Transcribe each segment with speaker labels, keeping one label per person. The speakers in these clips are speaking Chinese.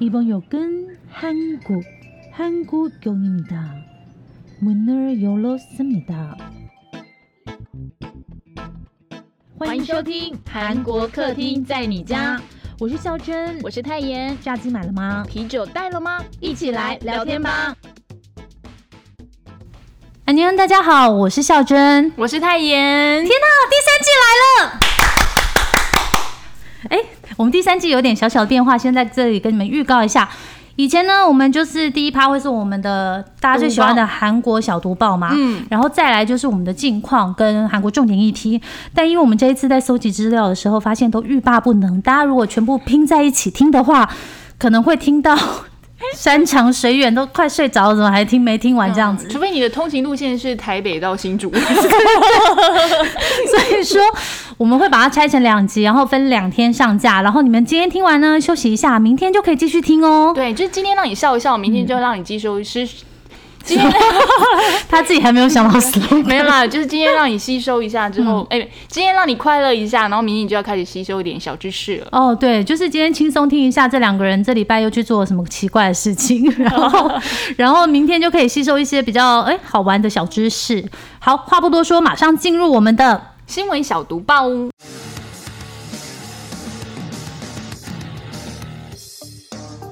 Speaker 1: 이번 역은 한국, 한국역입니다. 문을 열었습니다.
Speaker 2: 欢迎收听《韩国客厅在你家》，
Speaker 1: 我是孝珍，
Speaker 2: 我是泰妍。
Speaker 1: 炸鸡买了吗？
Speaker 2: 啤酒带了吗？一起来聊天吧。
Speaker 1: 安妮大家好，我是孝珍。
Speaker 2: 我是泰妍，
Speaker 1: 第三季来了。哎，我们第三季有点小小的变化，先在这里跟你们预告一下。以前呢，我们就是第一趴会是我们的大家最喜欢的韩国小读报嘛，
Speaker 2: 嗯，
Speaker 1: 然后再来就是我们的近况跟韩国重点议题。但因为我们这一次在搜集资料的时候，发现都欲罢不能。大家如果全部拼在一起听的话，可能会听到 山长水远，都快睡着了，怎么还听没听完这样子？
Speaker 3: 除非你的通勤路线是台北到新 竹，
Speaker 1: 所以说，我们会把它拆成两集，然后分两天上架。然后你们今天听完呢，休息一下，明天就可以继续听哦。
Speaker 3: 对，就是今天让你笑一笑，明天就让你接收 吸，今天
Speaker 1: 他自己还没有 想到 slogan
Speaker 3: 没有啦，就是今天让你吸收一下之后，哎、今天让你快乐一下，然后明天你就要开始吸收一点小知识了。
Speaker 1: 哦，对，就是今天轻松听一下这两个人这礼拜又去做了什么奇怪的事 情，然后，然后明天就可以吸收一些比较哎好玩的小知识。好，话不多说，马上进入我们的
Speaker 3: 新闻小读报，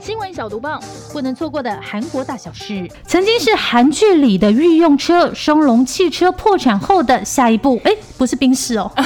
Speaker 2: 新闻小毒棒，
Speaker 1: 不能错过的韩国大小事。曾经是韩剧里的御用车松隆汽车破产后的下一步，哎，不是冰室哦，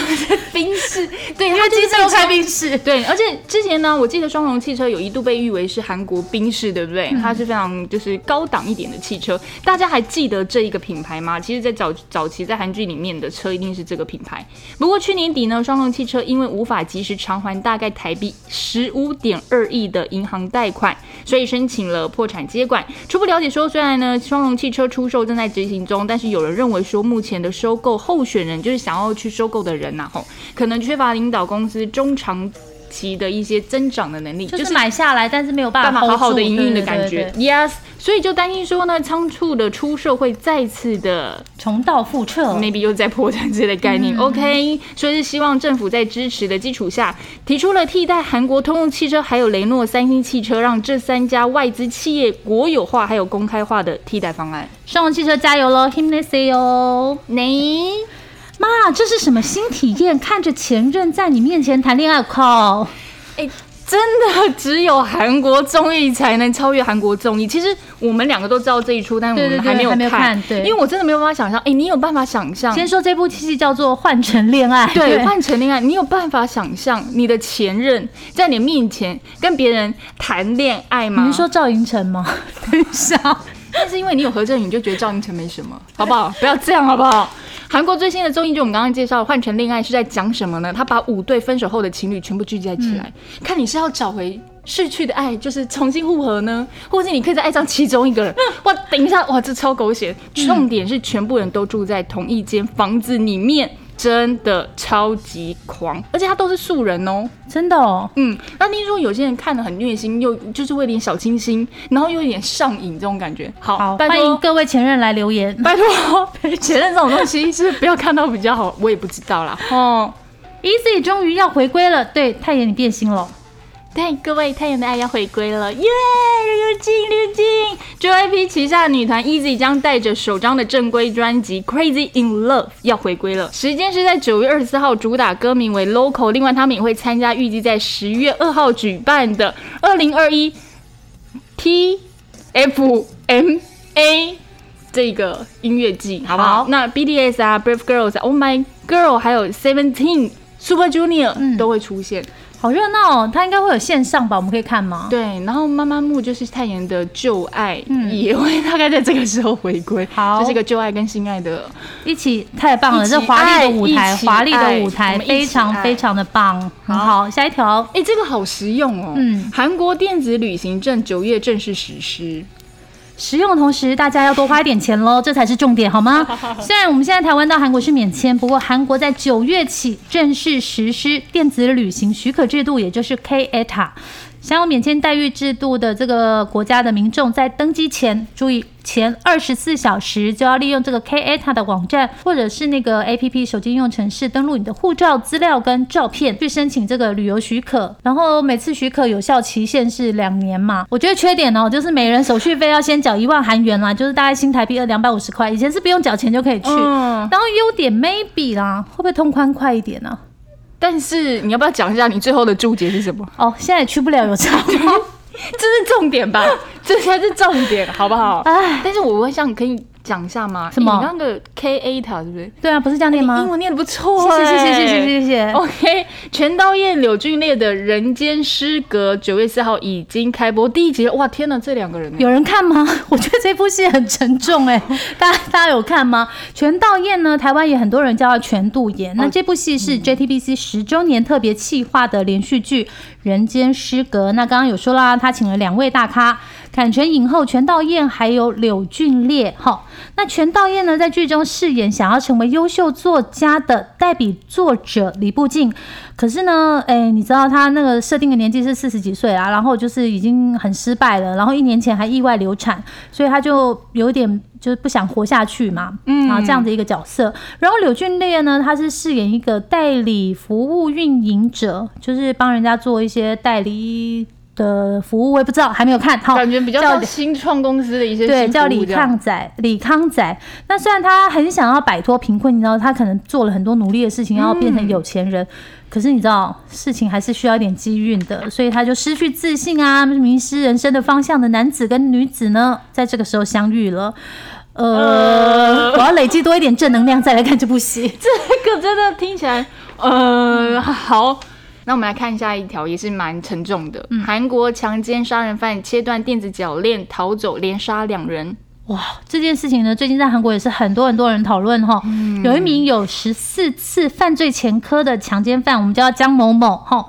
Speaker 3: 冰室，对，他今天又开冰室， 对，而且之前呢，我记得双龙汽车有一度被誉为是韩国冰室，对不对？它是非常就是高档一点的汽车，大家还记得这一个品牌吗？其实，在早早期在韩剧里面的车一定是这个品牌。不过去年底呢，双龙汽车因为无法及时偿还大概台币十五点二亿的银行贷款，所以申请了破产接管。初步了解说，虽然呢双龙汽车出售正在执行中，但是有人认为说，目前的收购候选人就是想要去收购的人呐、吼，可能缺乏领导公司中长期的一些增长的能力，
Speaker 1: 就是买下来，但是没有办
Speaker 3: 办
Speaker 1: 法
Speaker 3: 法好
Speaker 1: hold
Speaker 3: 好
Speaker 1: 住
Speaker 3: 的营运的
Speaker 1: 对
Speaker 3: 感
Speaker 1: 对
Speaker 3: 觉
Speaker 1: 对对
Speaker 3: y e s 所以就担心说呢，仓促的出售会再次的
Speaker 1: 重蹈覆辙。
Speaker 3: maybe 又在破产之类的概念。OK，所以是希望政府在支持的基础下，提出了替代韩国通用汽车还有雷诺、三星汽车，让这三家外资企业国有化还有公开化的替代方案。
Speaker 1: 双龙汽车加油喽 h i m n e s y 哦！
Speaker 3: 你
Speaker 1: 妈，这是什么新体验？看着前任在你面前谈恋爱，靠！
Speaker 3: 哎真的只有韩国综艺才能超越韩国综艺。其实我们两个都知道这一出，但是
Speaker 1: 对
Speaker 3: 我
Speaker 1: 对
Speaker 3: 们
Speaker 1: 对
Speaker 3: 还没有
Speaker 1: 还
Speaker 3: 看，
Speaker 1: 没有看对
Speaker 3: 因为我真的没有办法想象。哎、你有办法想象？
Speaker 1: 先说这部戏叫做《换乘恋爱》，
Speaker 3: 对， 换成恋爱，啊你有办法想象你的前任在你面前跟别人谈恋爱吗？
Speaker 1: 你是说赵寅成吗？等一下，
Speaker 3: 但是因为你有何振宇，你就觉得赵寅成没什么，好不好？不要这样，好不好？韩国最新的综艺，就我们刚刚介绍的《换成恋爱》，是在讲什么呢？他把五对分手后的情侣全部聚集在一起来，看你是要找回逝去的爱，就是重新复合呢，或者是你可以再爱上其中一个人。哇，等一下，哇，这超狗血！重点是全部人都住在同一间房子里面，真的超级狂，而且他都是素人哦。
Speaker 1: 真的哦，
Speaker 3: 嗯，那听说有些人看了很虐心，又就是为点小清新，然后又有点上瘾这种感觉。好，
Speaker 1: 好，
Speaker 3: 拜
Speaker 1: 欢迎
Speaker 3: 托。
Speaker 1: 各位前任来留言。
Speaker 3: 拜托， 前任这种东西是不要看到比较好，我也不知道啦。哦，
Speaker 1: Easy E 终于要回归了，对，太妍你变心了，
Speaker 3: 对，各位太阳的爱要回归了，耶！刘静，刘静，JYP 旗下女团 Easy 将带着首张的正规专辑《Crazy in Love》要回归了，时间是在九月二十四号，主打歌名为《Local》，另外他们也会参加预计在十月二号举办的二零二一 T F M A 这个音乐季，好不好？
Speaker 1: 好
Speaker 3: 那 BTS 啊，Brave Girls 啊，Oh My Girl，还有 Seventeen。Super Junior、都会出现，
Speaker 1: 好热闹哦。他应该会有线上吧？我们可以看吗？
Speaker 3: 对，然后妈妈木就是泰妍的旧爱，也会大概在这个时候回归。
Speaker 1: 嗯好
Speaker 3: 这是一个旧爱跟新爱的。
Speaker 1: 一起太棒了，
Speaker 3: 一起
Speaker 1: 这华丽的舞台，
Speaker 3: 爱一起
Speaker 1: 华丽的舞
Speaker 3: 爱
Speaker 1: 台
Speaker 3: 我们一
Speaker 1: 非
Speaker 3: 起
Speaker 1: 常
Speaker 3: 爱
Speaker 1: 非常的棒，很好。下一条，
Speaker 3: 哎，这个好实用哦。
Speaker 1: 嗯，
Speaker 3: 韩国电子旅行证九月正式实施。
Speaker 1: 使用的同时，大家要多花一点钱喽，这才是重点，好吗？ 虽然我们现在台湾到韩国是免签，不过韩国在 E 九月起正式实施电子旅行许可制度，也就是 KETA。享有免签待遇制度的这个国家的民众，在登机前注意。前二十四小时就要利用这个 KATA 的网站或者是那个 APP 手机应用程式登录你的护照资料跟照片去申请这个旅游许可，然后每次许可有效期限是两年嘛。我觉得缺点哦，就是每人手续费要先缴一万韩元啦，就是大概新台币两百五十块，以前是不用缴钱就可以去。
Speaker 3: 嗯
Speaker 1: 然后优点 maybe 啦，会不会通宽快一点呢、
Speaker 3: 但是你要不要讲一下你最后的注解是什 么？
Speaker 1: 哦，现在也去不了有差吗？
Speaker 3: 这是重点吧？ 这才是重点，好不好？
Speaker 1: 哎，
Speaker 3: 但是我会想可以讲一下吗？
Speaker 1: 什么
Speaker 3: 你刚刚的 K A 塔是不是？
Speaker 1: 对啊，不是这样念
Speaker 3: 英
Speaker 1: 吗？
Speaker 3: 文念的不错、
Speaker 1: 谢
Speaker 3: 欸，
Speaker 1: 谢谢谢谢谢谢谢。
Speaker 3: OK，全刀叶柳俊烈的《人间失格》九月四号已经开播第一集了，哇，天哪，这两个人啊呢
Speaker 1: 有人看吗？ 我觉得这部戏很沉重哎、大家大家有看吗？全道彦呢，台湾也很多人叫他全度妍。那这部戏是 JTBC 十周年特别企划的连续剧《人间失格》。那刚刚有说啦，他请了两位大咖，坎城影后全道彦还有柳俊烈。哈，那全道彦呢，在剧中饰演想要成为优秀作家的代笔作者李步静。可是呢，哎、你知道他那个设定的年纪是四十几岁啊，然后就是已经很失败了，然后一年前还意外流产，所以他就有点就是不想活下去嘛，嗯，啊这样的一个角色。然后柳俊烈呢，他是饰演一个代理服务运营者，就是帮人家做一些代理的服务，我也不知道，还没有看，好，
Speaker 3: 感觉比较
Speaker 1: 叫
Speaker 3: 像新创公司的一些
Speaker 1: 对，
Speaker 3: 新
Speaker 1: 叫
Speaker 3: 服务
Speaker 1: 李
Speaker 3: 这样
Speaker 1: 康仔，李康仔。那虽然他很想要摆脱贫困，你知道，他可能做了很多努力的事情，要变
Speaker 3: 嗯
Speaker 1: 成有钱人。可是你知道，事情还是需要一点机运的，所以他就失去自信啊，迷失人生的方向的男子跟女子呢，在这个时候相遇了。呃，我要累积多一点正能量，再来看这部戏。
Speaker 3: 这个真的听起来，呃，好。那我们来看下一条，也是蛮沉重的。
Speaker 1: 嗯
Speaker 3: 韩国强奸杀人犯切断电子脚链逃走，连杀两人。
Speaker 1: 哇，这件事情呢，最近在韩国也是很多很多人讨论哈。有一名有十四次犯罪前科的强奸犯，我们叫江某某哈。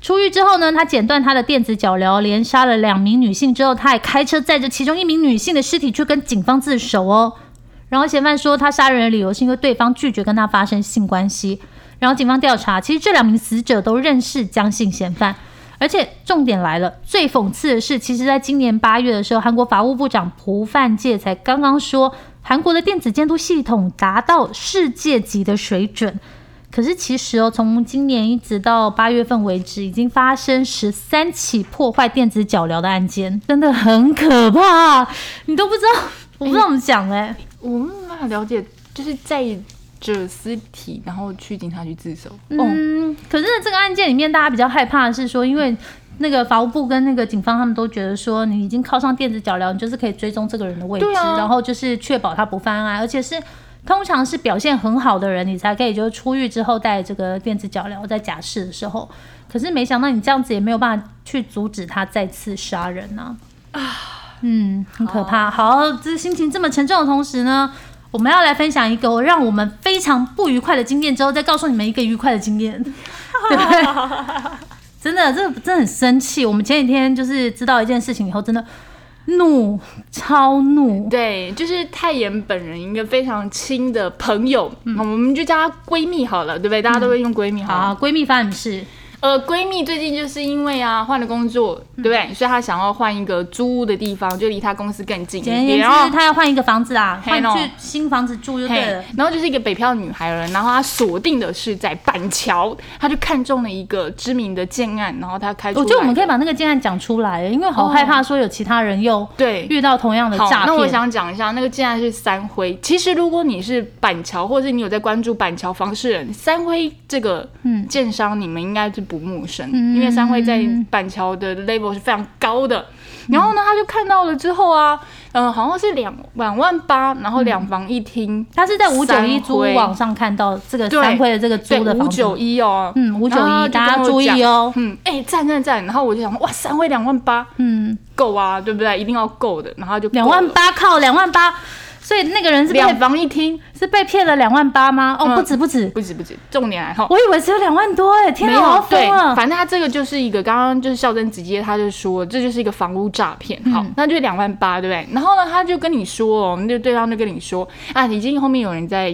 Speaker 1: 出狱之后呢，他剪断他的电子脚镣，连杀了两名女性之后，他还开车载着其中一名女性的尸体去跟警方自首哦。然后嫌犯说，他杀人的理由是因为对方拒绝跟他发生性关系。然后警方调查，其实这两名死者都认识江姓嫌犯。而且重点来了，最讽刺的是，其实在今年八月的时候，韩国法务部长朴范介才刚刚说，韩国的电子监督系统达到世界级的水准。可是其实哦，从今年一直到八月份为止，已经发生十三起破坏电子脚镣的案件，真的很可怕，你都不知道，我不知道怎么讲哎、
Speaker 3: 我们没办法了解，就是载着尸体，然后去警察局自首。哦，
Speaker 1: 嗯，可是这个案件里面，大家比较害怕的是说，因为那个法务部跟那个警方他们都觉得说，你已经靠上电子脚镣，你就是可以追踪这个人的位置，
Speaker 3: 对啊
Speaker 1: 然后就是确保他不犯案，而且是。通常是表现很好的人，你才可以就是出狱之后带这个电子脚镣在假释的时候。可是没想到你这样子也没有办法去阻止他再次杀人呢、啊。嗯，很可怕。好，这心情这么沉重的同时呢，我们要来分享一个我让我们非常不愉快的经验，之后再告诉你们一个愉快的经验， 对不对？真的，这真的很生气。我们前几天就是知道一件事情以后，真的怒，超怒。
Speaker 3: 对，就是泰妍本人一个非常亲的朋友，我们就叫她闺蜜好了，对不对？大家都会用闺蜜好了。
Speaker 1: 嗯好，啊闺蜜发生什么事？
Speaker 3: 呃，闺蜜最近就是因为啊换了工作，对不
Speaker 1: 嗯
Speaker 3: 对？所以她想要换一个租屋的地方，就离她公司更近一
Speaker 1: 简而
Speaker 3: 点。
Speaker 1: 言之
Speaker 3: 然后，
Speaker 1: 她要换一个房子啊，
Speaker 3: 嘿
Speaker 1: 换
Speaker 3: 咯
Speaker 1: 去新房子住就
Speaker 3: 嘿
Speaker 1: 对了。
Speaker 3: 然后就是一个北漂女孩了，然后她锁定的是在板桥，她就看中了一个知名的建案，然后她开出来
Speaker 1: 我
Speaker 3: 的。
Speaker 1: 觉得我们可以把那个建案讲出来，因为好害怕说有其他人又
Speaker 3: 对
Speaker 1: 遇到同样的
Speaker 3: 好，
Speaker 1: 呃诈骗。
Speaker 3: 那我想讲一下，那个竟然是三辉。其实如果你是板桥，或者是你有在关注板桥房事人，三辉这个
Speaker 1: 嗯
Speaker 3: 建商你们应该是不陌生，
Speaker 1: 嗯
Speaker 3: 因为三辉在板桥的 level 是非常高的。
Speaker 1: 嗯
Speaker 3: 然后呢，他就看到了之后啊，嗯、好像是两两万八，然后两房一厅，
Speaker 1: 他是在五九一
Speaker 3: 三
Speaker 1: 租
Speaker 3: 辉
Speaker 1: 网上看到这个
Speaker 3: 对
Speaker 1: 三辉的这个租的
Speaker 3: 对，五
Speaker 1: 房子，
Speaker 3: 九一哦，
Speaker 1: 嗯，五九
Speaker 3: 然后
Speaker 1: 一，
Speaker 3: 就
Speaker 1: 大家
Speaker 3: 跟我
Speaker 1: 注意哦，
Speaker 3: 嗯，哎、赞赞赞！然后我就想，哇，三辉两万八
Speaker 1: 嗯，
Speaker 3: 够啊，对不对？一定要够的。然后就
Speaker 1: 两
Speaker 3: 够
Speaker 1: 万
Speaker 3: 了，
Speaker 1: 八靠两万八，所以那个人是被
Speaker 3: 两房一厅，
Speaker 1: 是被骗了两万八吗？哦，
Speaker 3: 嗯
Speaker 1: 不止不止，
Speaker 3: 不止不止，重点来哈。
Speaker 1: 我以为只有两万多哎，天
Speaker 3: 没
Speaker 1: 哪，我要
Speaker 3: 有
Speaker 1: 疯啊
Speaker 3: 对，
Speaker 1: 了！
Speaker 3: 反正他这个就是一个，刚刚就是孝珍直接他就说这就是一个房屋诈骗，
Speaker 1: 嗯
Speaker 3: 好，那就两万八，对不对？然后呢，他就跟你说，哦，那就对方就跟你说啊，已经后面有人在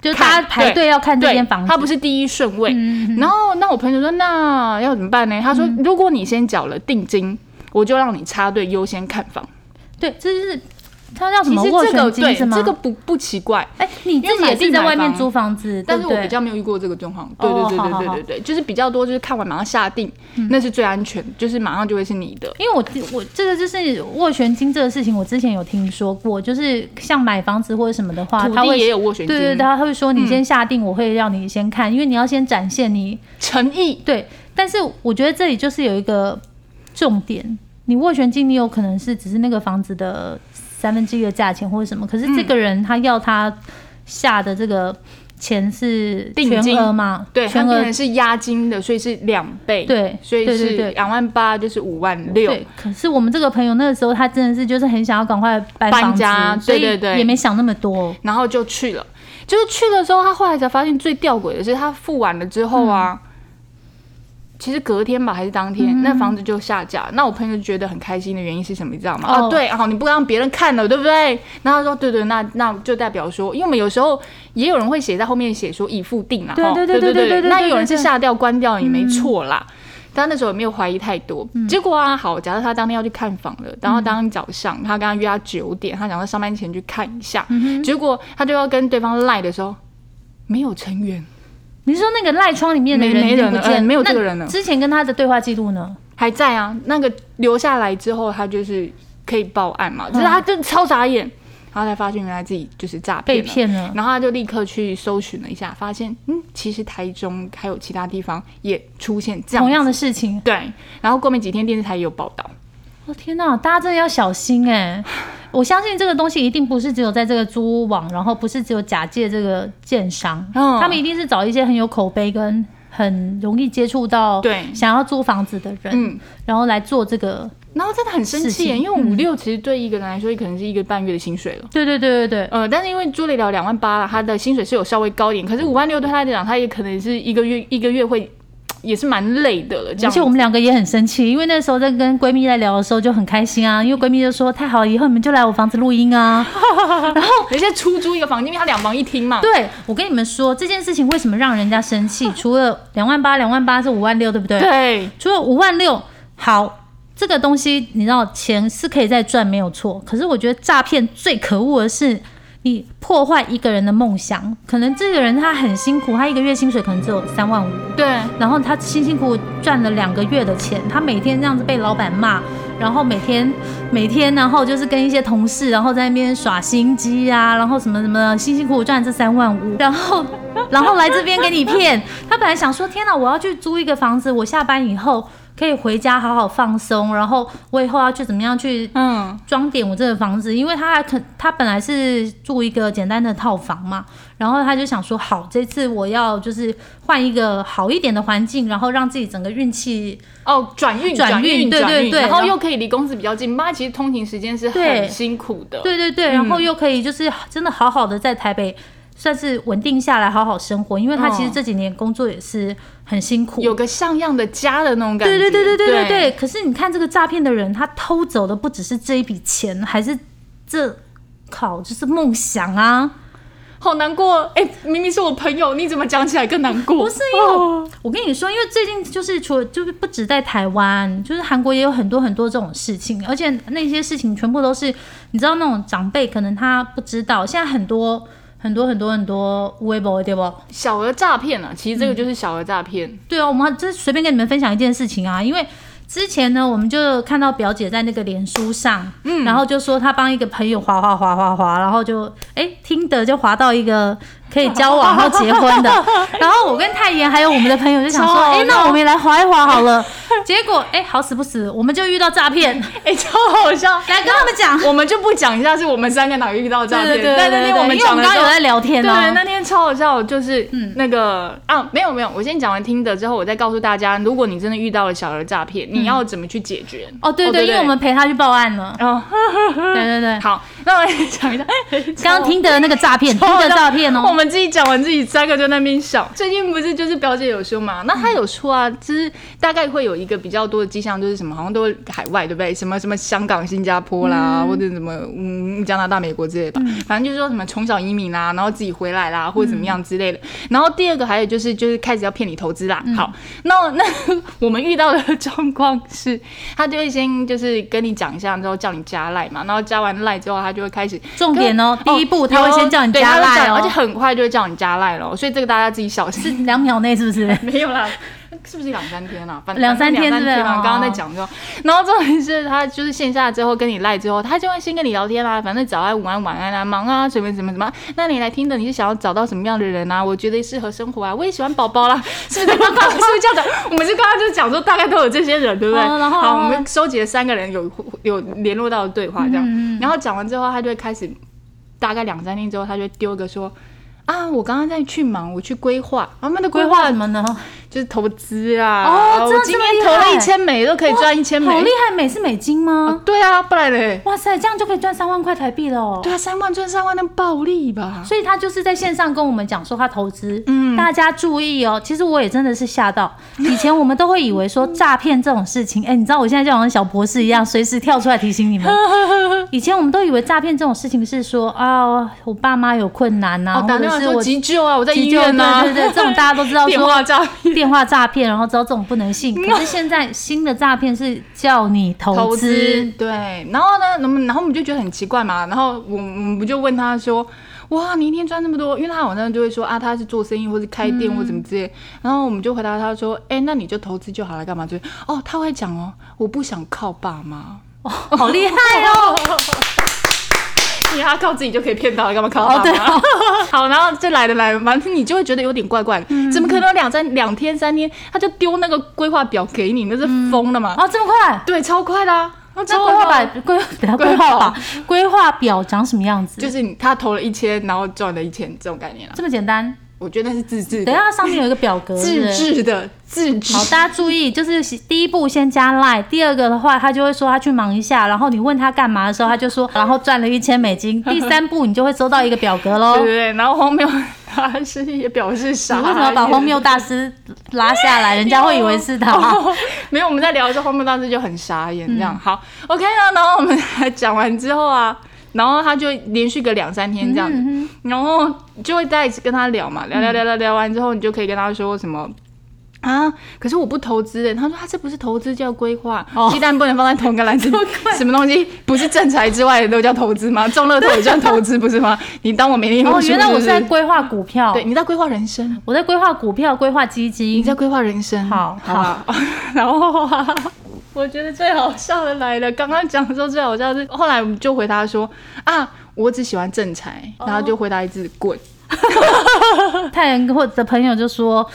Speaker 1: 就是大家排队要看这间房子，
Speaker 3: 它不是第一顺位。
Speaker 1: 嗯，嗯嗯
Speaker 3: 然后那我朋友说，那要怎么办呢？他说，如果你先缴了定金，我就让你插队优先看房。
Speaker 1: 对，这就是它叫什
Speaker 3: 其
Speaker 1: 么
Speaker 3: 实
Speaker 1: 斡
Speaker 3: 这
Speaker 1: 旋
Speaker 3: 个
Speaker 1: 金
Speaker 3: 对，
Speaker 1: 是吗？
Speaker 3: 这个不不奇怪。
Speaker 1: 哎，你自己也是在外面租房子，
Speaker 3: 但是
Speaker 1: 对
Speaker 3: 我
Speaker 1: 不对
Speaker 3: 比较没有遇过这个状况，对
Speaker 1: 哦嗯
Speaker 3: 对对
Speaker 1: 好好
Speaker 3: 对对
Speaker 1: 好
Speaker 3: 对对，就是比较多就是看完马上下定，那是最安全，就是马上就会是你的。
Speaker 1: 因为我我这个就是斡旋金这个事情，我之前有听说过，就是像买房子或者什么的话，啊
Speaker 3: 土
Speaker 1: 他
Speaker 3: 地
Speaker 1: 会
Speaker 3: 也有斡旋
Speaker 1: 对对，
Speaker 3: 金，
Speaker 1: 他会说你先下定，我会让你先看，因为你要先展现你
Speaker 3: 诚意
Speaker 1: 对。但是我觉得这里就是有一个重点，你斡旋金你有可能是只是那个房子的三分之一的价钱或者什么，可是这个人他要他下的这个钱是
Speaker 3: 定
Speaker 1: 全
Speaker 3: 金
Speaker 1: 额嘛？
Speaker 3: 对，它
Speaker 1: 全
Speaker 3: 变
Speaker 1: 额
Speaker 3: 成是押金的，所以是两倍，，
Speaker 1: 对，
Speaker 3: 所以
Speaker 1: 对对
Speaker 3: 是
Speaker 1: 对。
Speaker 3: 两万八就是五万六，
Speaker 1: 对，可是我们这个朋友那个时候，他真的是就是很想要赶快搬
Speaker 3: 搬
Speaker 1: 房子
Speaker 3: 家
Speaker 1: 所以
Speaker 3: 对对对
Speaker 1: 也没想那么多。
Speaker 3: 然后就去了。就是去了之后，他后来才发现最吊诡的是，他付完了之后啊，
Speaker 1: 嗯
Speaker 3: 其实隔天吧还是当天，那房子就下架。那我朋友就觉得很开心的原因是什么，你知道吗？
Speaker 1: 哦
Speaker 3: 哦，对，好，你不让别人看了，对不对？然后他说，对对，那那就代表说，因为我们有时候也有人会写在后面写说已付定啊了，
Speaker 1: 对
Speaker 3: 哈
Speaker 1: 对对
Speaker 3: 对
Speaker 1: 对对对对
Speaker 3: 那
Speaker 1: 对
Speaker 3: 有人是
Speaker 1: 对嗯
Speaker 3: 下掉关掉也没错啦。但那时候也没有怀疑太多。结果啊，好，假设他当天要去看房了，然后当天早上他跟他约他九点，他想说上班前去看一下，
Speaker 1: 嗯
Speaker 3: 结果他就要跟对方赖的时候，没有成员，
Speaker 1: 你说那个赖窗里面的
Speaker 3: 没
Speaker 1: 人
Speaker 3: 没
Speaker 1: 已经
Speaker 3: 人
Speaker 1: 不
Speaker 3: 了
Speaker 1: 见，
Speaker 3: 嗯没有
Speaker 1: 那
Speaker 3: 这个人了
Speaker 1: 之前跟他的对话记录呢？
Speaker 3: 还在啊。那个留下来之后，他就是可以报案
Speaker 1: 嗯
Speaker 3: 嘛，只是他真的超傻眼，然后才发现原来自己就是诈
Speaker 1: 被
Speaker 3: 了。
Speaker 1: 骗了。
Speaker 3: 然后他就立刻去搜寻了一下，发现嗯，其实台中还有其他地方也出现这样
Speaker 1: 同样
Speaker 3: 的
Speaker 1: 的事情，
Speaker 3: 对。然后过没几天电视台也有报道，
Speaker 1: 我、哦天哪，大家真的要小心哎、我相信这个东西一定不是只有在这个租屋网，然后不是只有假借这个建商，
Speaker 3: 嗯
Speaker 1: 他们一定是找一些很有口碑跟很容易接触到
Speaker 3: 对
Speaker 1: 想要租房子的人，
Speaker 3: 嗯，
Speaker 1: 然后来做这个。
Speaker 3: 然后真的很生
Speaker 1: 事
Speaker 3: 气耶，
Speaker 1: 情
Speaker 3: 因为五六其实对一个人来说，可能是一个半月的薪水了。
Speaker 1: 对对对对对，
Speaker 3: 呃，但是因为朱磊聊两万八了，他的薪水是有稍微高一点，可是五万六对他来讲，他也可能是一个月一个月会也是蛮累的了。这样
Speaker 1: 而
Speaker 3: 子，
Speaker 1: 且我们两个也很生气，因为那时候在跟闺蜜在聊的时候就很开心啊，因为闺蜜就说太好了，以后你们就来我房子录音 啊。
Speaker 3: 人家出租一个房间，因为他两房一厅嘛。
Speaker 1: 对，我跟你们说这件事情为什么让人家生气，除了两万八、两万八是五万六，对不对？
Speaker 3: 对
Speaker 1: 除了五万六，好，这个东西你知道钱是可以再赚没有错，可是我觉得诈骗最可恶的是。你破坏一个人的梦想，可能这个人他很辛苦，他一个月薪水可能只有三万五，
Speaker 3: 对
Speaker 1: 然后他辛辛苦苦赚了两个月的钱，他每天这样子被老板骂，然后每天每天，然后就是跟一些同事，然后在那边耍心机啊，然后什么什么的，辛辛苦苦赚这三万五，然后 然后来这边给你骗。他本来想说，天哪，我要去租一个房子，我下班以后可以回家好好放松，然后我以后要去怎么样去
Speaker 3: 嗯，
Speaker 1: 装点我这个房子，因为他还肯他本来是住一个简单的套房嘛，然后他就想说，好，这次我要就是换一个好一点的环境，然后让自己整个运气
Speaker 3: 哦，转运
Speaker 1: 转
Speaker 3: 运
Speaker 1: 运对
Speaker 3: 转
Speaker 1: 对
Speaker 3: 运
Speaker 1: 对
Speaker 3: 然
Speaker 1: 然
Speaker 3: 后
Speaker 1: 后
Speaker 3: 又可以离公司比较近，妈其实通勤时间是很
Speaker 1: 对
Speaker 3: 辛苦的。
Speaker 1: 对对对，然后又可以就是真的好好的在台北算是稳定下来，好好生活，因为他其实这几年工作也是很辛苦。
Speaker 3: 有个像样的家的那种感觉。
Speaker 1: 对对对对对对
Speaker 3: 对
Speaker 1: 对，可是你看这个诈骗的人，他偷走的不只是这一笔钱，还是这靠就是梦想啊！
Speaker 3: 好难过。哎、明明是我朋友，你怎么讲起来更难过？
Speaker 1: 不是因为我,、我跟你说，因为最近就是除了就是不止在台湾，就是韩国也有很多很多这种事情，而且那些事情全部都是你知道那种长辈可能他不知道，现在很多很多很多很多微博对不？
Speaker 3: 小额诈骗啊，其实这个就是小额诈骗。
Speaker 1: 对啊，我们就是随便跟你们分享一件事情啊，因为。之前呢，我们就看到表姐在那个脸书上，嗯，然后就说她帮一个朋友滑滑滑滑滑，然后就哎听的就滑到一个可以交往然后结婚 的，然后我跟泰妍还有我们的朋友就想说，
Speaker 3: 超好
Speaker 1: 哎，那
Speaker 3: 笑
Speaker 1: 我们也来滑一滑好了。结果哎，好死不死，我们就遇到诈 骗，
Speaker 3: 哎、超好笑！
Speaker 1: 来跟他们讲，
Speaker 3: 我们就不讲一下是我们三个哪个遇到诈骗，但那天
Speaker 1: 因为我
Speaker 3: 们
Speaker 1: 们
Speaker 3: 讲
Speaker 1: 刚
Speaker 3: 的
Speaker 1: 刚
Speaker 3: 时
Speaker 1: 有
Speaker 3: 候
Speaker 1: 在聊天
Speaker 3: 对，
Speaker 1: 哦嗯
Speaker 3: 那，天超好笑，就是那个、啊，没有没有，我先讲完听的之后，我再告诉大家，如果你真的遇到了小额诈
Speaker 1: 嗯
Speaker 3: 骗，你要怎么去解决？
Speaker 1: 哦对对，因为我们陪她去报案了，
Speaker 3: 哦，
Speaker 1: 对对对，
Speaker 3: 好，让我来讲一下，
Speaker 1: 刚刚听的那个诈骗，听
Speaker 3: 抽
Speaker 1: 的诈骗
Speaker 3: 我
Speaker 1: 哦。
Speaker 3: 们自己讲完，自己三个就在那边笑。最近不是就是表姐有说嘛，那她有说啊，就是大概会有一个比较多的迹象，就是什么好像都是海外，对不对？什么什么香港、新加坡啦，或者什么嗯加拿大、美国之类的吧。反正就是说什么从小移民啦，然后自己回来啦，或者怎么样之类的。然后第二个还有就是就是开始要骗你投资啦。好，那 那我们遇到的状况是，他就会先就是跟你讲一下，之后叫你加赖嘛，然后加完赖之后，他就会开始
Speaker 1: 重点哦，
Speaker 3: 跟
Speaker 1: 第一步他会先叫你
Speaker 3: 对
Speaker 1: 加
Speaker 3: 他会
Speaker 1: 赖
Speaker 3: 叫
Speaker 1: 哦，
Speaker 3: 而且很快就会叫你加赖了，所以这个大家自己小心。
Speaker 1: 两秒内是不是？
Speaker 3: 没有啦， 是不是两三天啊？反
Speaker 1: 两三天
Speaker 3: 反正两
Speaker 1: 是哦
Speaker 3: 三天嘛，
Speaker 1: 不是
Speaker 3: 刚刚在讲之后，然后重点是他就是线下之后跟你赖之后，他就会先跟你聊天啦、反正早安、午安、晚安啊，忙啊，什么什么什么。那你来听的，你是想要找到什么样的人啊？我觉得适合生活啊，我也喜欢宝宝啦，是不是？刚刚是不是这样讲？我们是刚刚就讲说大概都有这些人，对不对？
Speaker 1: 哦然后
Speaker 3: 好，
Speaker 1: 然后
Speaker 3: 我们收集了三个人有有联络到的对话这样，
Speaker 1: 嗯
Speaker 3: 然后讲完之后，他就会开始大概两三天之后，他就丢一个说。啊，我刚刚在去忙，我去规划。啊他们的规
Speaker 1: 规
Speaker 3: 划
Speaker 1: 划什么呢？
Speaker 3: 就是投资啊。
Speaker 1: 哦真
Speaker 3: 我
Speaker 1: 的
Speaker 3: 今
Speaker 1: 这么
Speaker 3: 天
Speaker 1: 厉
Speaker 3: 投了
Speaker 1: 害
Speaker 3: 一千美都可以赚一千美。
Speaker 1: 好厉害，美是美金
Speaker 3: 哦
Speaker 1: 吗？
Speaker 3: 对啊，不然嘞？
Speaker 1: 哇塞，这样就可以赚三万块台币了哦。
Speaker 3: 对啊，三万赚三万，那暴利吧？
Speaker 1: 所以他就是在线上跟我们讲说他投资，
Speaker 3: 嗯
Speaker 1: 大家注意哦。其实我也真的是吓到，以前我们都会以为说诈骗这种事情，哎、你知道我现在就好像小博士一样，随时跳出来提醒 你们。以前我们都以为诈骗这种事情是说啊，我爸妈有困难呐、
Speaker 3: 哦，打
Speaker 1: 或者
Speaker 3: 电话
Speaker 1: 是
Speaker 3: 说
Speaker 1: 我
Speaker 3: 急救啊，我在
Speaker 1: 急
Speaker 3: 医
Speaker 1: 救
Speaker 3: 院啊。
Speaker 1: 对对对，这种大家都知道
Speaker 3: 电
Speaker 1: 说
Speaker 3: 话诈骗。
Speaker 1: 电话诈骗，然后知道这种不能 信。可是现在新的诈骗是叫你 投
Speaker 3: 投
Speaker 1: 资
Speaker 3: 资，对，然后呢，我们然后我们就觉得很奇怪嘛，然后我我们不就问他说，哇，你一天赚那么多，因为他好像就会说啊，他是做生意或是开店或怎么之类，然后我们就回答他说，哎、那你就投资就好了，干嘛就哦，他会讲哦，我不想靠爸妈，
Speaker 1: 好厉害哦！
Speaker 3: 因为他靠自己就可以骗到，干嘛靠
Speaker 1: 哦
Speaker 3: 爸
Speaker 1: 对
Speaker 3: 妈？ 好，然后就来了来了，反正你就会觉得有点怪怪的，
Speaker 1: 嗯
Speaker 3: 怎么可能两三两天三天他就丢那个规划表给你，那是疯了嘛？
Speaker 1: 哦，这么快。
Speaker 3: 对，超快的、啊，
Speaker 1: 那
Speaker 3: 超
Speaker 1: 规划
Speaker 3: 快
Speaker 1: 表规等下规划吧，规划表长什么样子？
Speaker 3: 就是你他投了一千，然后赚了一千这种概念啦。啊
Speaker 1: 这么简单。
Speaker 3: 我觉得那是自制的，
Speaker 1: 等一下上面有一个表 格，是不
Speaker 3: 自
Speaker 1: 是
Speaker 3: 制的自制。
Speaker 1: 啊好，大家注意，就是第一步先加 line，第二个的话，他就会说他去忙一下，然后你问他干嘛的时候，他就 说，然后赚了一千美金。第三步你就会收到一个表格 喽
Speaker 3: 对。对对，然后荒谬大师也表示傻
Speaker 1: 哦你为
Speaker 3: 眼。
Speaker 1: 什么要把荒谬大师拉下 来？人家会以为是他。
Speaker 3: 哦 没有，我们在聊的时候，荒谬大师就很傻眼，这
Speaker 1: 嗯
Speaker 3: 样、好 OK 啊。然后我们讲完之后啊，然后他就连续个两三天这样子，
Speaker 1: 嗯
Speaker 3: 然后就会在一起跟他聊嘛，聊聊聊聊聊完之后，你就可以跟他说什么。啊！可是我不投资欸的。他说他啊这不是投资，叫规划。
Speaker 1: 哦
Speaker 3: 鸡蛋不能放在同一个篮 子里。什么东西不是正财之外的都叫投资吗？中乐透也算投资不是吗？你当我没听过
Speaker 1: 哦，
Speaker 3: 书
Speaker 1: 原来我
Speaker 3: 是
Speaker 1: 是
Speaker 3: 不
Speaker 1: 在
Speaker 3: 是
Speaker 1: 规划股票
Speaker 3: 对，你在规划人生。
Speaker 1: 我在规划股票，规划基
Speaker 3: 你
Speaker 1: 金。
Speaker 3: 在规划人生，
Speaker 1: 好
Speaker 3: 好吧。 然后、啊、我觉得最好笑的来了，刚刚讲说最好笑的是，后来我们就回答说啊，我只喜欢正财，然后就回答一字滚。
Speaker 1: 太原或者朋友就说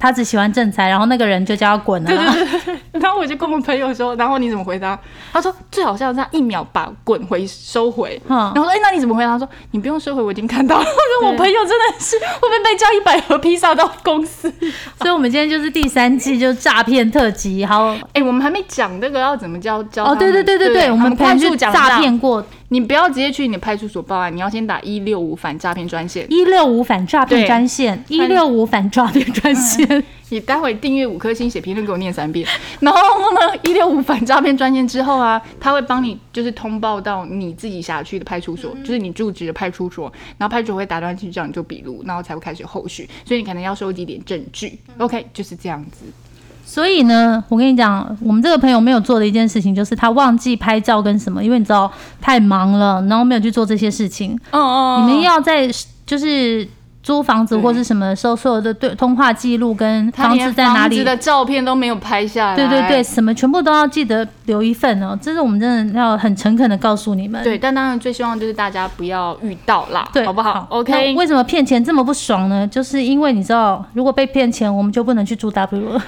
Speaker 1: 他只喜欢正财，然后那个人就叫他滚了。
Speaker 3: 然后我就跟我朋友说，然后你怎么回答？他说最好笑的是他一秒把滚回收回。
Speaker 1: 嗯
Speaker 3: 然后我说哎、那你怎么回答？他说你不用收回，我已经看到了。我说我
Speaker 1: 对
Speaker 3: 朋友真的是会不会被叫一百盒披萨到公司？
Speaker 1: 所以，我们今天就是第三季，就是诈骗特辑。好，
Speaker 3: 哎、我们还没讲那个要怎么教教
Speaker 1: 哦，
Speaker 3: 他们。
Speaker 1: 对对对对对，我们
Speaker 3: 很快
Speaker 1: 可能
Speaker 3: 速
Speaker 1: 是
Speaker 3: 讲
Speaker 1: 诈
Speaker 3: 到
Speaker 1: 骗过
Speaker 3: 你不要直接去你的派出所报案，你要先打一六五反诈骗专线。
Speaker 1: 一六五反诈骗
Speaker 3: 对嗯
Speaker 1: 专线，一六五反诈骗专线。
Speaker 3: 你待会订阅五颗星，写评论给我念三遍。然后呢， 一六五反诈骗专线之后啊，他会帮你就是通报到你自己辖区的派出所，就是你住址的派出所，然后派出所会打电话去叫你做笔录，然后才会开始后续。所以你可能要收集一点证据。OK，就是这样子。
Speaker 1: 所以呢，我跟你讲，我们这个朋友没有做的一件事情，就是他忘记拍照跟什么，因为你知道太忙了，然后没有去做这些事情。
Speaker 3: 哦哦
Speaker 1: 你们要在就是租房子
Speaker 3: 对
Speaker 1: 或是什么的时候，所有的对通话记录跟
Speaker 3: 他
Speaker 1: 房
Speaker 3: 连
Speaker 1: 子在哪
Speaker 3: 房子
Speaker 1: 里。
Speaker 3: 的照片都没有拍下来。
Speaker 1: 对对对，。什么全部都要记得留一份哦，这是我们真的要很诚恳的告诉你们。
Speaker 3: 对，但当然最希望就是大家不要遇到啦，
Speaker 1: 对，
Speaker 3: 好不好
Speaker 1: 那
Speaker 3: ？OK，
Speaker 1: 为什么骗钱这么不爽呢？就是因为你知道，如果被骗钱，我们就不能去住 W 了。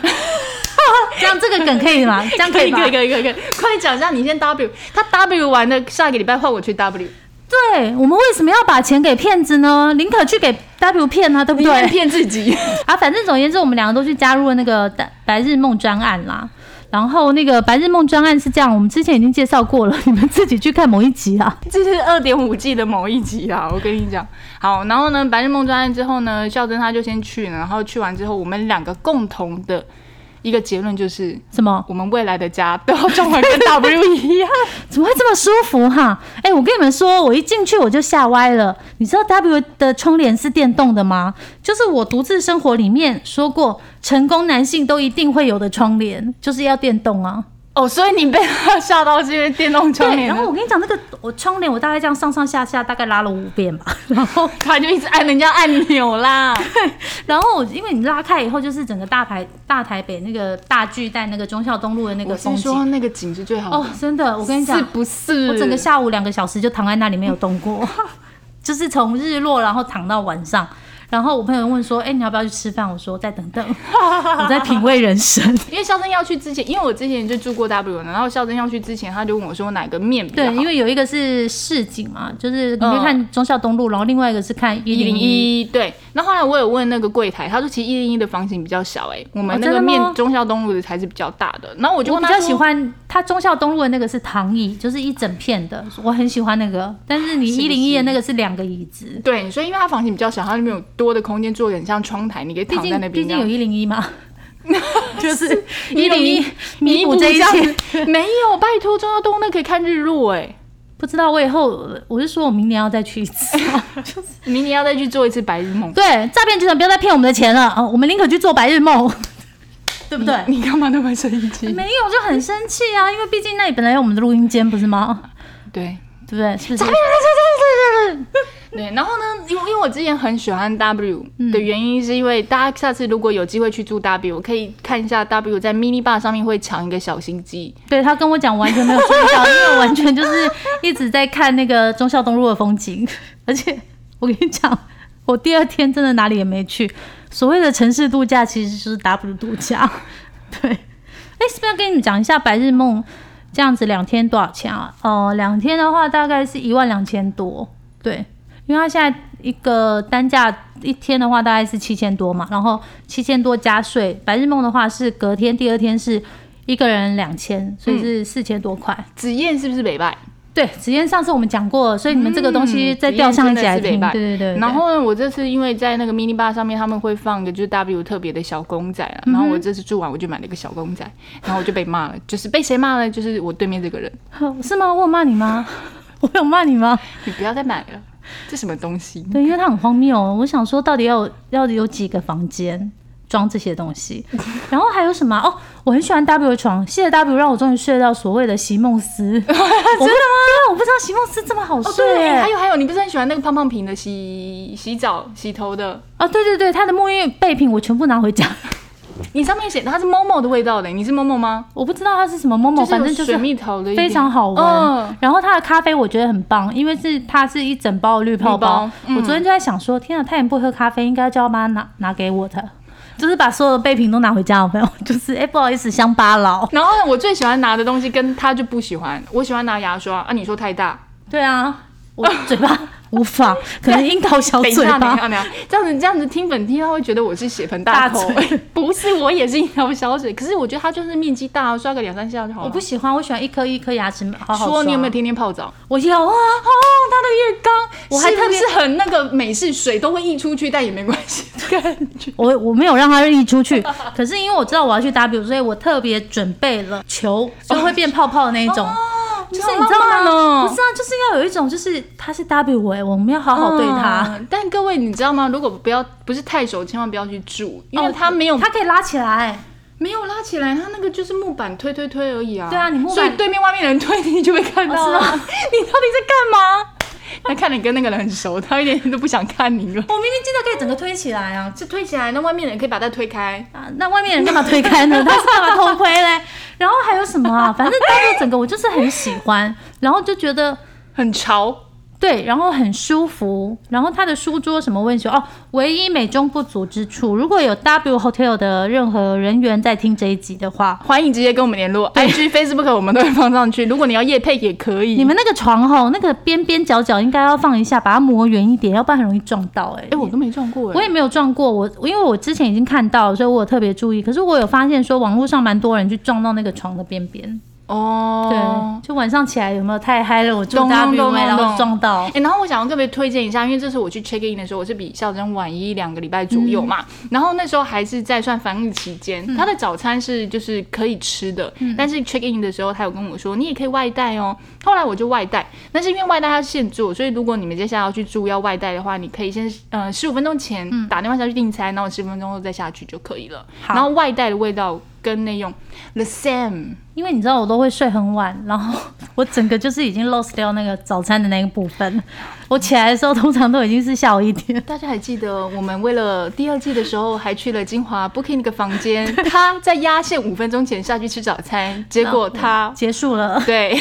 Speaker 1: 这样这个梗可以吗？这样
Speaker 3: 可以
Speaker 1: 吧？
Speaker 3: 可以可以可以可以，快讲一下你先 W，他 W 完了，下一个礼拜换我去 W，
Speaker 1: 对，我们为什么要把钱给骗子呢？宁可去给 W 骗啊，对不
Speaker 3: 你在
Speaker 1: 对？
Speaker 3: 骗自己。
Speaker 1: 啊，反正总而言之，我们两个都去加入了那个白日梦专案啦。然后那个《白日梦专案》是这样，我们之前已经介绍过了，你们自己去看某一集啊。
Speaker 3: 这是二点五 G 的某一集啊，我跟你讲。好，然后呢，《白日梦专案》之后呢，孝珍他就先去了，然后去完之后，我们两个共同的一个结论就是，
Speaker 1: 什么？
Speaker 3: 我们未来的家都要装潢跟 W 一 样。
Speaker 1: 怎么会这么舒服哈？哎、我跟你们说，我一进去我就吓歪了。你知道 W 的窗帘是电动的吗？就是我独自生活里面说过，成功男性都一定会有的窗帘，就是要电动啊。
Speaker 3: 哦，所以你被他吓到是因为电动窗
Speaker 1: 对，
Speaker 3: 帘啊
Speaker 1: 然，后我跟你讲，那个我窗帘我大概这样上上下下大概拉了五遍吧， 然后
Speaker 3: 他就一直按人家按钮啦。
Speaker 1: 然后我因为你拉开以后，就是整个大台大台北那个大巨蛋那个忠孝东路的那个
Speaker 3: 我
Speaker 1: 风
Speaker 3: 是
Speaker 1: 景
Speaker 3: 说那个景是最好
Speaker 1: 哦
Speaker 3: 的，，
Speaker 1: 真的，我跟你讲
Speaker 3: 是，不是？
Speaker 1: 我整个下午两个小时就躺在那里没有动过， 就是从日落然后躺到晚上。然后我朋友问说：“哎、你要不要去吃饭？”我说：“再 等等，我在品味人生。
Speaker 3: 因为孝珍要去之前，因为我之前就住过 W，然后孝珍要去之前，他就问我说哪个面”比 较
Speaker 1: 对，
Speaker 3: 好
Speaker 1: 因为有一个是市井嘛，就是你会看忠孝东路，然后另外一个是看嗯一
Speaker 3: 一
Speaker 1: 零
Speaker 3: 零
Speaker 1: 一。
Speaker 3: 一对，然后后来我有问那个柜台，他说其实一零一的房型比较小、哎，我们
Speaker 1: 哦
Speaker 3: 那个
Speaker 1: 真的
Speaker 3: 面
Speaker 1: 吗
Speaker 3: 忠孝东路的才是比较大的。然后我就
Speaker 1: 我比
Speaker 3: 问他
Speaker 1: 较
Speaker 3: 说
Speaker 1: 喜，欢它忠孝东路的那个是躺椅，就是一整片的，我很喜欢那个。但是你
Speaker 3: 是不是
Speaker 1: 一零一的那个是两个椅子，
Speaker 3: 对，所以因为它房型比较小，它里面有多的空间做很像窗台，你可以
Speaker 1: 毕
Speaker 3: 躺在那
Speaker 1: 竟毕
Speaker 3: 边这
Speaker 1: 竟有
Speaker 3: 样。
Speaker 1: 一零一 嘛，就是一零
Speaker 3: 101
Speaker 1: 一弥补这一
Speaker 3: 样
Speaker 1: 切。
Speaker 3: 子 没有，拜托，中央东那可以看日落哎、
Speaker 1: 不知道我以后，我是说我明年要再去一次。
Speaker 3: 明年要再去做一次白日梦，
Speaker 1: 对，诈骗集团不要再骗我们的钱了啊、我们宁可去做白日梦， 对不对？
Speaker 3: 你干嘛那么生气？
Speaker 1: 没有，就很生气啊，因为毕竟那里本来有我们的录音间，不是吗？
Speaker 3: 对，
Speaker 1: 对不对？是不是？
Speaker 3: 对，然后呢，因为因为我之前很喜欢 W
Speaker 1: 嗯
Speaker 3: 的原因，是因为大家下次如果有机会去住 W，我可以看一下 W 在 mini bar 上面会抢一个小心机。
Speaker 1: 对他跟我讲完全没有睡觉，因为我完全就是一直在看那个忠孝东路的风景， 而且我跟你讲，我第二天真的哪里也没去。所谓的城市度假其实就是 W 度假， 对。哎，是不是要跟你们讲一下白日梦这样子两天多少钱啊？呃，两天的话大概是一万两千多，对，因为它现在一个单价一天的话大概是七千多嘛，然后七千多加税，白日梦的话是隔天第二天是一个人两千，所以
Speaker 3: 嗯
Speaker 1: 是四千多块。
Speaker 3: 紫燕是不是北拜？
Speaker 1: 对，紫燕上次我们讲过了，所以你们这个东西
Speaker 3: 嗯
Speaker 1: 再调上一起
Speaker 3: 紫
Speaker 1: 来
Speaker 3: 燕真的是
Speaker 1: 听，
Speaker 3: 北拜
Speaker 1: 对对对对
Speaker 3: 然后呢，我这次因为在那个 mini bar 上面他们会放一个就是 W 特别的小公仔
Speaker 1: 嗯
Speaker 3: 啊，然后我这次住完我就买了一个小公仔，然后我就被骂了，就是被谁骂呢？就是我对面这个人，
Speaker 1: 哦是吗？我有骂你吗？ 我有骂你吗？
Speaker 3: 你不要再买了，这什么东西？
Speaker 1: 对，因为它很荒谬、哦。我想说，到底要有要有几个房间装这些东 西？然后还有什么啊？哦，我很喜欢 W 的床，谢谢 W 让我终于睡到所谓的席梦 思。真的吗？对，我不知道席梦思这么好
Speaker 3: 哦，
Speaker 1: 睡、
Speaker 3: 对，
Speaker 1: 欸。
Speaker 3: 还有还有，你不是很喜欢那个胖胖瓶的洗洗澡洗头的？
Speaker 1: 哦，对对对，它的沐浴备品我全部拿回家。
Speaker 3: 你上面写它是 Momo 的味道的，你是 Momo 吗？
Speaker 1: 我不知道它是什么某某，
Speaker 3: 就是
Speaker 1: 哦反
Speaker 3: 有
Speaker 1: 正就
Speaker 3: 水
Speaker 1: 是
Speaker 3: 蜜桃的一
Speaker 1: 非
Speaker 3: 点
Speaker 1: 常好闻。
Speaker 3: 嗯
Speaker 1: 然后它的咖啡我觉得很棒，因为是它是一整包的绿泡
Speaker 3: 绿包嗯
Speaker 1: 我昨天就在想说，天啊，他也不喝咖啡，应该叫他妈拿拿给我的， 就是把所有的备品都拿回家，有没有？ 就是哎、不好意思，乡巴佬。
Speaker 3: 然后呢，我最喜欢拿的东西跟他就不喜欢，我喜欢拿牙刷啊，你说太大，
Speaker 1: 对啊，我嘴 巴无法，可能樱桃小
Speaker 3: 等一
Speaker 1: 哦嘴
Speaker 3: 下，等
Speaker 1: 巴。
Speaker 3: 一下，等一下，这样子这样子听粉听，他会觉得我是血盆大口
Speaker 1: 大，
Speaker 3: 不是，我也是一条小嘴，可是我觉得他就是面积大，刷个两三下就好了。
Speaker 1: 我不喜欢，我喜欢一颗一颗牙齿好好
Speaker 3: 说你有没有
Speaker 1: 听？
Speaker 3: 天天泡澡？
Speaker 1: 我有啊，
Speaker 3: 哦，他的浴缸，
Speaker 1: 我还
Speaker 3: 是
Speaker 1: 特
Speaker 3: 不
Speaker 1: 别
Speaker 3: 是很那个美式水都会溢出去，但也没关 系的感觉。
Speaker 1: 我我没有让它溢出去， 可是因为我知道我要去 W，所以我特别准备了球，所以会变泡泡的那一种。就是你知道
Speaker 3: 好浪漫哦
Speaker 1: 吗？不是啊，就是要有一种，就是它是 W 哎、我们要好好对它。
Speaker 3: 嗯但各位你知道吗？如果不要不是太熟，千万不要去住，因为它没有、
Speaker 1: 它可以拉起来，
Speaker 3: 没有拉起来，它那个就是木板推推推而已啊。
Speaker 1: 对啊你木板
Speaker 3: 所以对面外面的人推你就会看 到、
Speaker 1: 哦
Speaker 3: 啊。
Speaker 1: 是
Speaker 3: 你到底在干嘛？ 他看你跟那个人很熟，他一点都不想看你了。
Speaker 1: 我明明记得可以整个推起来啊！
Speaker 3: 是推起来，那外面的人可以把它推开。
Speaker 1: 啊，那外面人干嘛推开 呢？他是干嘛偷窥嘞？然后还有什么啊？反正 W 整个我就是很喜欢，然后就觉得
Speaker 3: 很潮，
Speaker 1: 对，然后很舒服，然后它的书桌什么问题哦，唯一美中不足之处，如果有 W Hotel 的任何人员在听这一集的话，
Speaker 3: 欢迎直接跟我们联络，IG、Facebook 我们都会放上去。如果你要夜配也可以。
Speaker 1: 你们那个床吼，那个边边角角应该要放一下，把它磨圆一点，要不然很容易撞到、欸。哎、
Speaker 3: 哎、我都没撞过
Speaker 1: 我
Speaker 3: 哎、
Speaker 1: 也没有撞过，我因为我之前已经看到了，所以我有特别注意。可是我有发现说，网络上蛮多人去撞到那个床的边边，
Speaker 3: 哦，
Speaker 1: 对，就晚上起来有没有太嗨了？我住
Speaker 3: 咚咚
Speaker 1: W
Speaker 3: 咚
Speaker 1: 然
Speaker 3: 咚
Speaker 1: 后撞到
Speaker 3: 哎、，然后我想要特别推荐一下，因为这次我去 check in 的时候，我是比校珍晚一两个礼拜左右嘛，然后那时候还是在算防疫期间，他的早餐是就是可以吃的，但是 check in 的时候他有跟我说，你也可以外带哦。后来我就外带，但是因为外带它现做，所以如果你们接下来要去住要外带的话，你可以先呃十五分钟前打电话下去订餐，然后十分钟后再下去就可以了。
Speaker 1: 好
Speaker 3: 然后外带的味道跟内用 the same。
Speaker 1: 因为你知道我都会睡很晚，然后我整个就是已经 lost 掉那个早餐的那个部分。我起来的时候通常都已经是下午一点。
Speaker 3: 大家还记得我们为了第二季的时候，还去了金华 Booking 那个房间， 他在压线五分钟前下去吃早餐，结果他。
Speaker 1: 结束了，
Speaker 3: 对，啊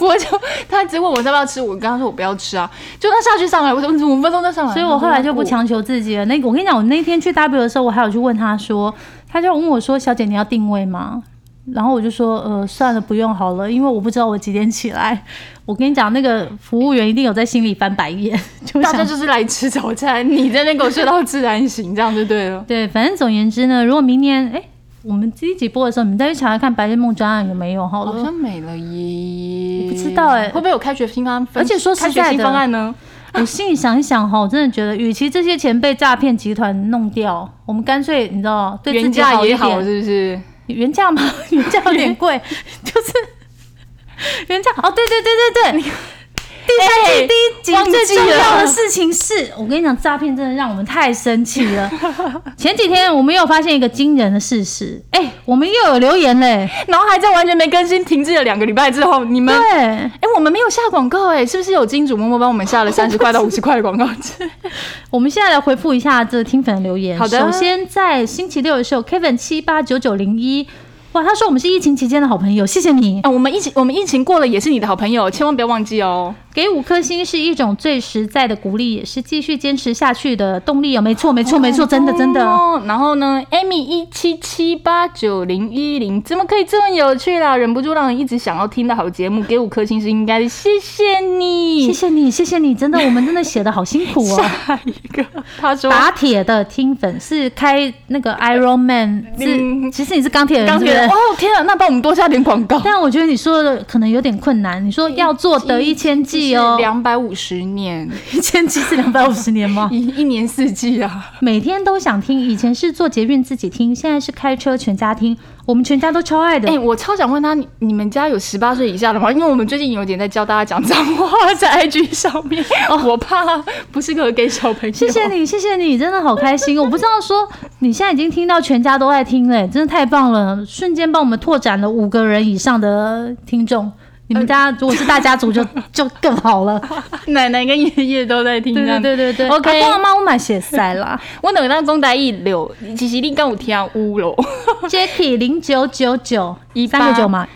Speaker 3: 我就他结果我要不要吃，我跟他说我不要吃啊，就他下去上来，我说你怎么五分钟就上 来，
Speaker 1: 所以我后来就不
Speaker 3: 抢。
Speaker 1: 强求自己了。那个我跟你讲，我那天去 W 的时候，我还有去问他说，他就问我说：“小姐，你要定位吗？”然后我就说：“呃，算了，不用好了，因为我不知道我几点起来。”我跟你讲，那个服务员一定有在心里翻白眼， 就
Speaker 3: 哦大
Speaker 1: 想
Speaker 3: 家就是来吃早餐，你在那给我睡到自然醒，这样就 对了。
Speaker 1: 对，反正总言之呢，如果明年哎、我们第一集播的时候，你们再去查查看《白日梦》专案有没有好
Speaker 3: 好
Speaker 1: 了。
Speaker 3: 像没了
Speaker 1: 哦
Speaker 3: 耶，
Speaker 1: 我不知道哎
Speaker 3: 会不会有开学新方案？
Speaker 1: 而且说实在
Speaker 3: 开
Speaker 1: 的
Speaker 3: 学新方案呢，
Speaker 1: 我心里想一想哈，我真的觉得，与其这些钱被诈骗集团弄掉，我们干脆你知道，对自
Speaker 3: 原
Speaker 1: 己
Speaker 3: 价
Speaker 1: 好一
Speaker 3: 也
Speaker 1: 点。
Speaker 3: 好，是不是？
Speaker 1: 原价吗？原价有点贵，就是原价。哦，对对对对对。
Speaker 3: 哎
Speaker 1: 第三
Speaker 3: 忘
Speaker 1: 季
Speaker 3: 记
Speaker 1: 第一集最重要的
Speaker 3: 了
Speaker 1: 事情是，我跟你讲，诈骗真的让我们太生气了。前几天我们又发现一个惊人的事实，哎、我们又有留言嘞，
Speaker 3: 然后还在完全没更新、停滞了两个礼拜之后，你们
Speaker 1: 对，
Speaker 3: 哎、我们没有下广告哎、是不是有金主默默帮我 们下了三十块到五十块的广告？
Speaker 1: 我们现在来回复一下这听粉的留言。
Speaker 3: 好的
Speaker 1: 首先在星期六的时候，Kevin 七八九九零一，哇，他说我们是疫情期间的好朋友，谢谢你。
Speaker 3: 啊，我们疫情，我们疫情过了也是你的好朋友，千万不要忘记哦。
Speaker 1: 给五颗星是一种最实在的鼓励，也是继续坚持下去的动哦力。有啊没错，没错，没错，真的真的。
Speaker 3: 哦。然后呢，Amy 一七七八九零一零，怎么可以这么有趣啦？忍不住让人一直想要听的好节目，给五颗星是应该的，谢谢你。
Speaker 1: 谢谢你，谢谢你，真的，我们真的写的好辛苦 哦。
Speaker 3: 下一个，他说
Speaker 1: 打铁的听粉是开那个 Iron Man，是
Speaker 3: 嗯
Speaker 1: 其实你是钢铁人，
Speaker 3: 钢铁人，
Speaker 1: 是不
Speaker 3: 哦
Speaker 1: 是
Speaker 3: 天啊，那帮我们多下点广 告。
Speaker 1: 但我觉得你说的可能有点困难。你说要做得一千季哦，
Speaker 3: 两百五十年，
Speaker 1: 一千季是两百五十年吗？
Speaker 3: 一一年四季啊，
Speaker 1: 每天都想听，以前是坐捷运自己听，现在是开车全家听，我们全家都超爱的。
Speaker 3: 哎、我超想问他，你你们家有十八岁以下的吗？因为我们最近有点在教大家讲脏话，在 IG 上 面，我怕不适合给小朋
Speaker 1: 哦
Speaker 3: 友。
Speaker 1: 谢谢你，谢谢你，真的好开心。哦我不知道说你现在已经听到全家都爱听嘞，真的太棒了，瞬间帮我们拓展了五个人以上的听众。你们大家如果是大家族 就就更好了。
Speaker 3: 奶奶跟爷爷都在听。
Speaker 1: 对
Speaker 3: 这
Speaker 1: 对
Speaker 3: 样
Speaker 1: 对对对哎
Speaker 3: OK
Speaker 1: 阿公阿妈我买血塞 啦。
Speaker 3: 我等到公仔一流，其实你跟我听啊乌 了。
Speaker 1: Jacky 零九九九
Speaker 3: 一八
Speaker 1: 三个九嘛，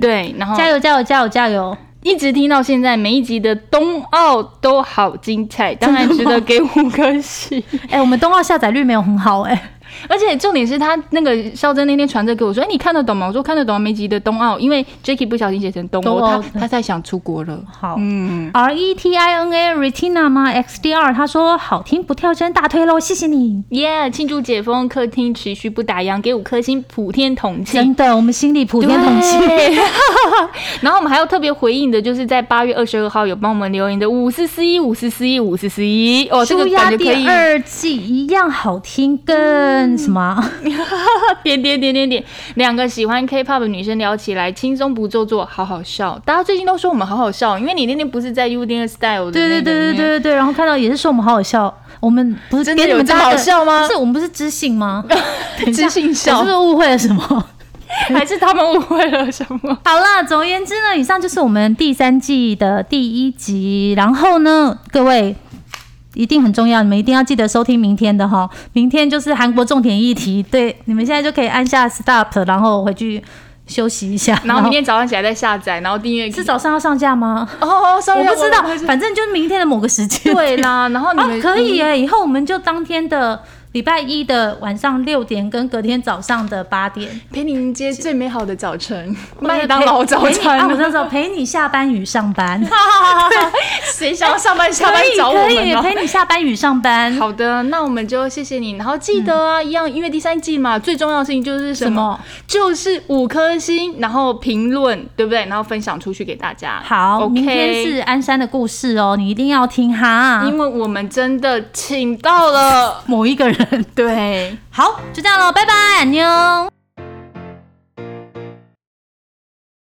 Speaker 3: 对，然后
Speaker 1: 加油加油加油加油！
Speaker 3: 一直听到现在，每一集的冬奥都好精彩，当然值得给五颗星。
Speaker 1: 哎、我们冬奥下载率没有很好哎、
Speaker 3: 而且重点是他那个肖珍那天传这给我说：“哎、你看得懂吗？”我说：“看得懂啊，梅吉的冬奥，因为 Jacky 不小心写成冬
Speaker 1: 冬
Speaker 3: 欧，
Speaker 1: 奥
Speaker 3: 他他在想出国了。
Speaker 1: 好，
Speaker 3: 嗯，
Speaker 1: R E T I N A Retina 吗？XDR 他说好听不跳针大推喽，谢谢你，
Speaker 3: 耶！庆祝解封，客厅持续不打烊，给五颗星，普天同庆
Speaker 1: 真。的，我们心里普天同庆。
Speaker 3: 对。 然后我们还要特别回应的，就是在八月二十二号有帮我们留言的五四四一五四四一五四四一哦，这
Speaker 1: 舒
Speaker 3: 个
Speaker 1: 压
Speaker 3: 感觉可以
Speaker 1: 第二季一样好听，跟什么啊？
Speaker 3: 点点点点点，两个喜欢 K-pop 的女生聊起来，轻松不做作，好好笑。大家最近都说我们好好笑，因为你那天不是在 U D N Style 的
Speaker 1: 对对
Speaker 3: 那
Speaker 1: 对
Speaker 3: 个
Speaker 1: 对
Speaker 3: 里面
Speaker 1: 对对对，然后看到也是说我们好好笑，我们不是
Speaker 3: 真的
Speaker 1: 给你
Speaker 3: 有
Speaker 1: 们
Speaker 3: 这
Speaker 1: 大
Speaker 3: 么
Speaker 1: 家
Speaker 3: 好
Speaker 1: 的
Speaker 3: 笑吗
Speaker 1: 不是我们不是知性吗？
Speaker 3: 知性
Speaker 1: 我是
Speaker 3: 笑
Speaker 1: 不，是误会了什么？
Speaker 3: 还是他们误会了什 么？
Speaker 1: 好啦，总而言之呢，以上就是我们第三季的第一集。然后呢，各位一定很重要，你们一定要记得收听明天的哈。明天就是韩国重点议题，对，你们现在就可以按下 stop，然后回去。休息一下，
Speaker 3: 然后明天早上起来再下载，然后订阅
Speaker 1: 是早上要上架吗？
Speaker 3: 哦
Speaker 1: 我
Speaker 3: ，sorry，
Speaker 1: 不知道，
Speaker 3: 我
Speaker 1: 反正就是明天的某个时间。
Speaker 3: 对 啦，然后你
Speaker 1: 啊
Speaker 3: 们，嗯
Speaker 1: 可以耶！以后我们就当天的礼拜一的晚上六点，跟隔天早上的八点，
Speaker 3: 陪你迎接最美好的 早晨，麦当劳早
Speaker 1: 陪你啊，我
Speaker 3: 餐。
Speaker 1: 知道，陪你下班与上 班，
Speaker 3: 谁想要上班下班
Speaker 1: 哎可以
Speaker 3: 找我
Speaker 1: 可以
Speaker 3: 们啊？
Speaker 1: 陪你下班与上 班。
Speaker 3: 好的，那我们就谢谢你，然后记得啊，一样，因为第三季嘛，最重要的事情就是什
Speaker 1: 嗯什
Speaker 3: 么
Speaker 1: 么？
Speaker 3: 就是五颗星，然后评论，对不对？然后分享出去给大家。
Speaker 1: 好，
Speaker 3: OK
Speaker 1: 明天是啊鞍山的故事哦，你一定要听哈。
Speaker 3: 因为我们真的请到了，
Speaker 1: 某一个人，
Speaker 3: 对。
Speaker 1: 好，就这样喽，拜拜，安妞。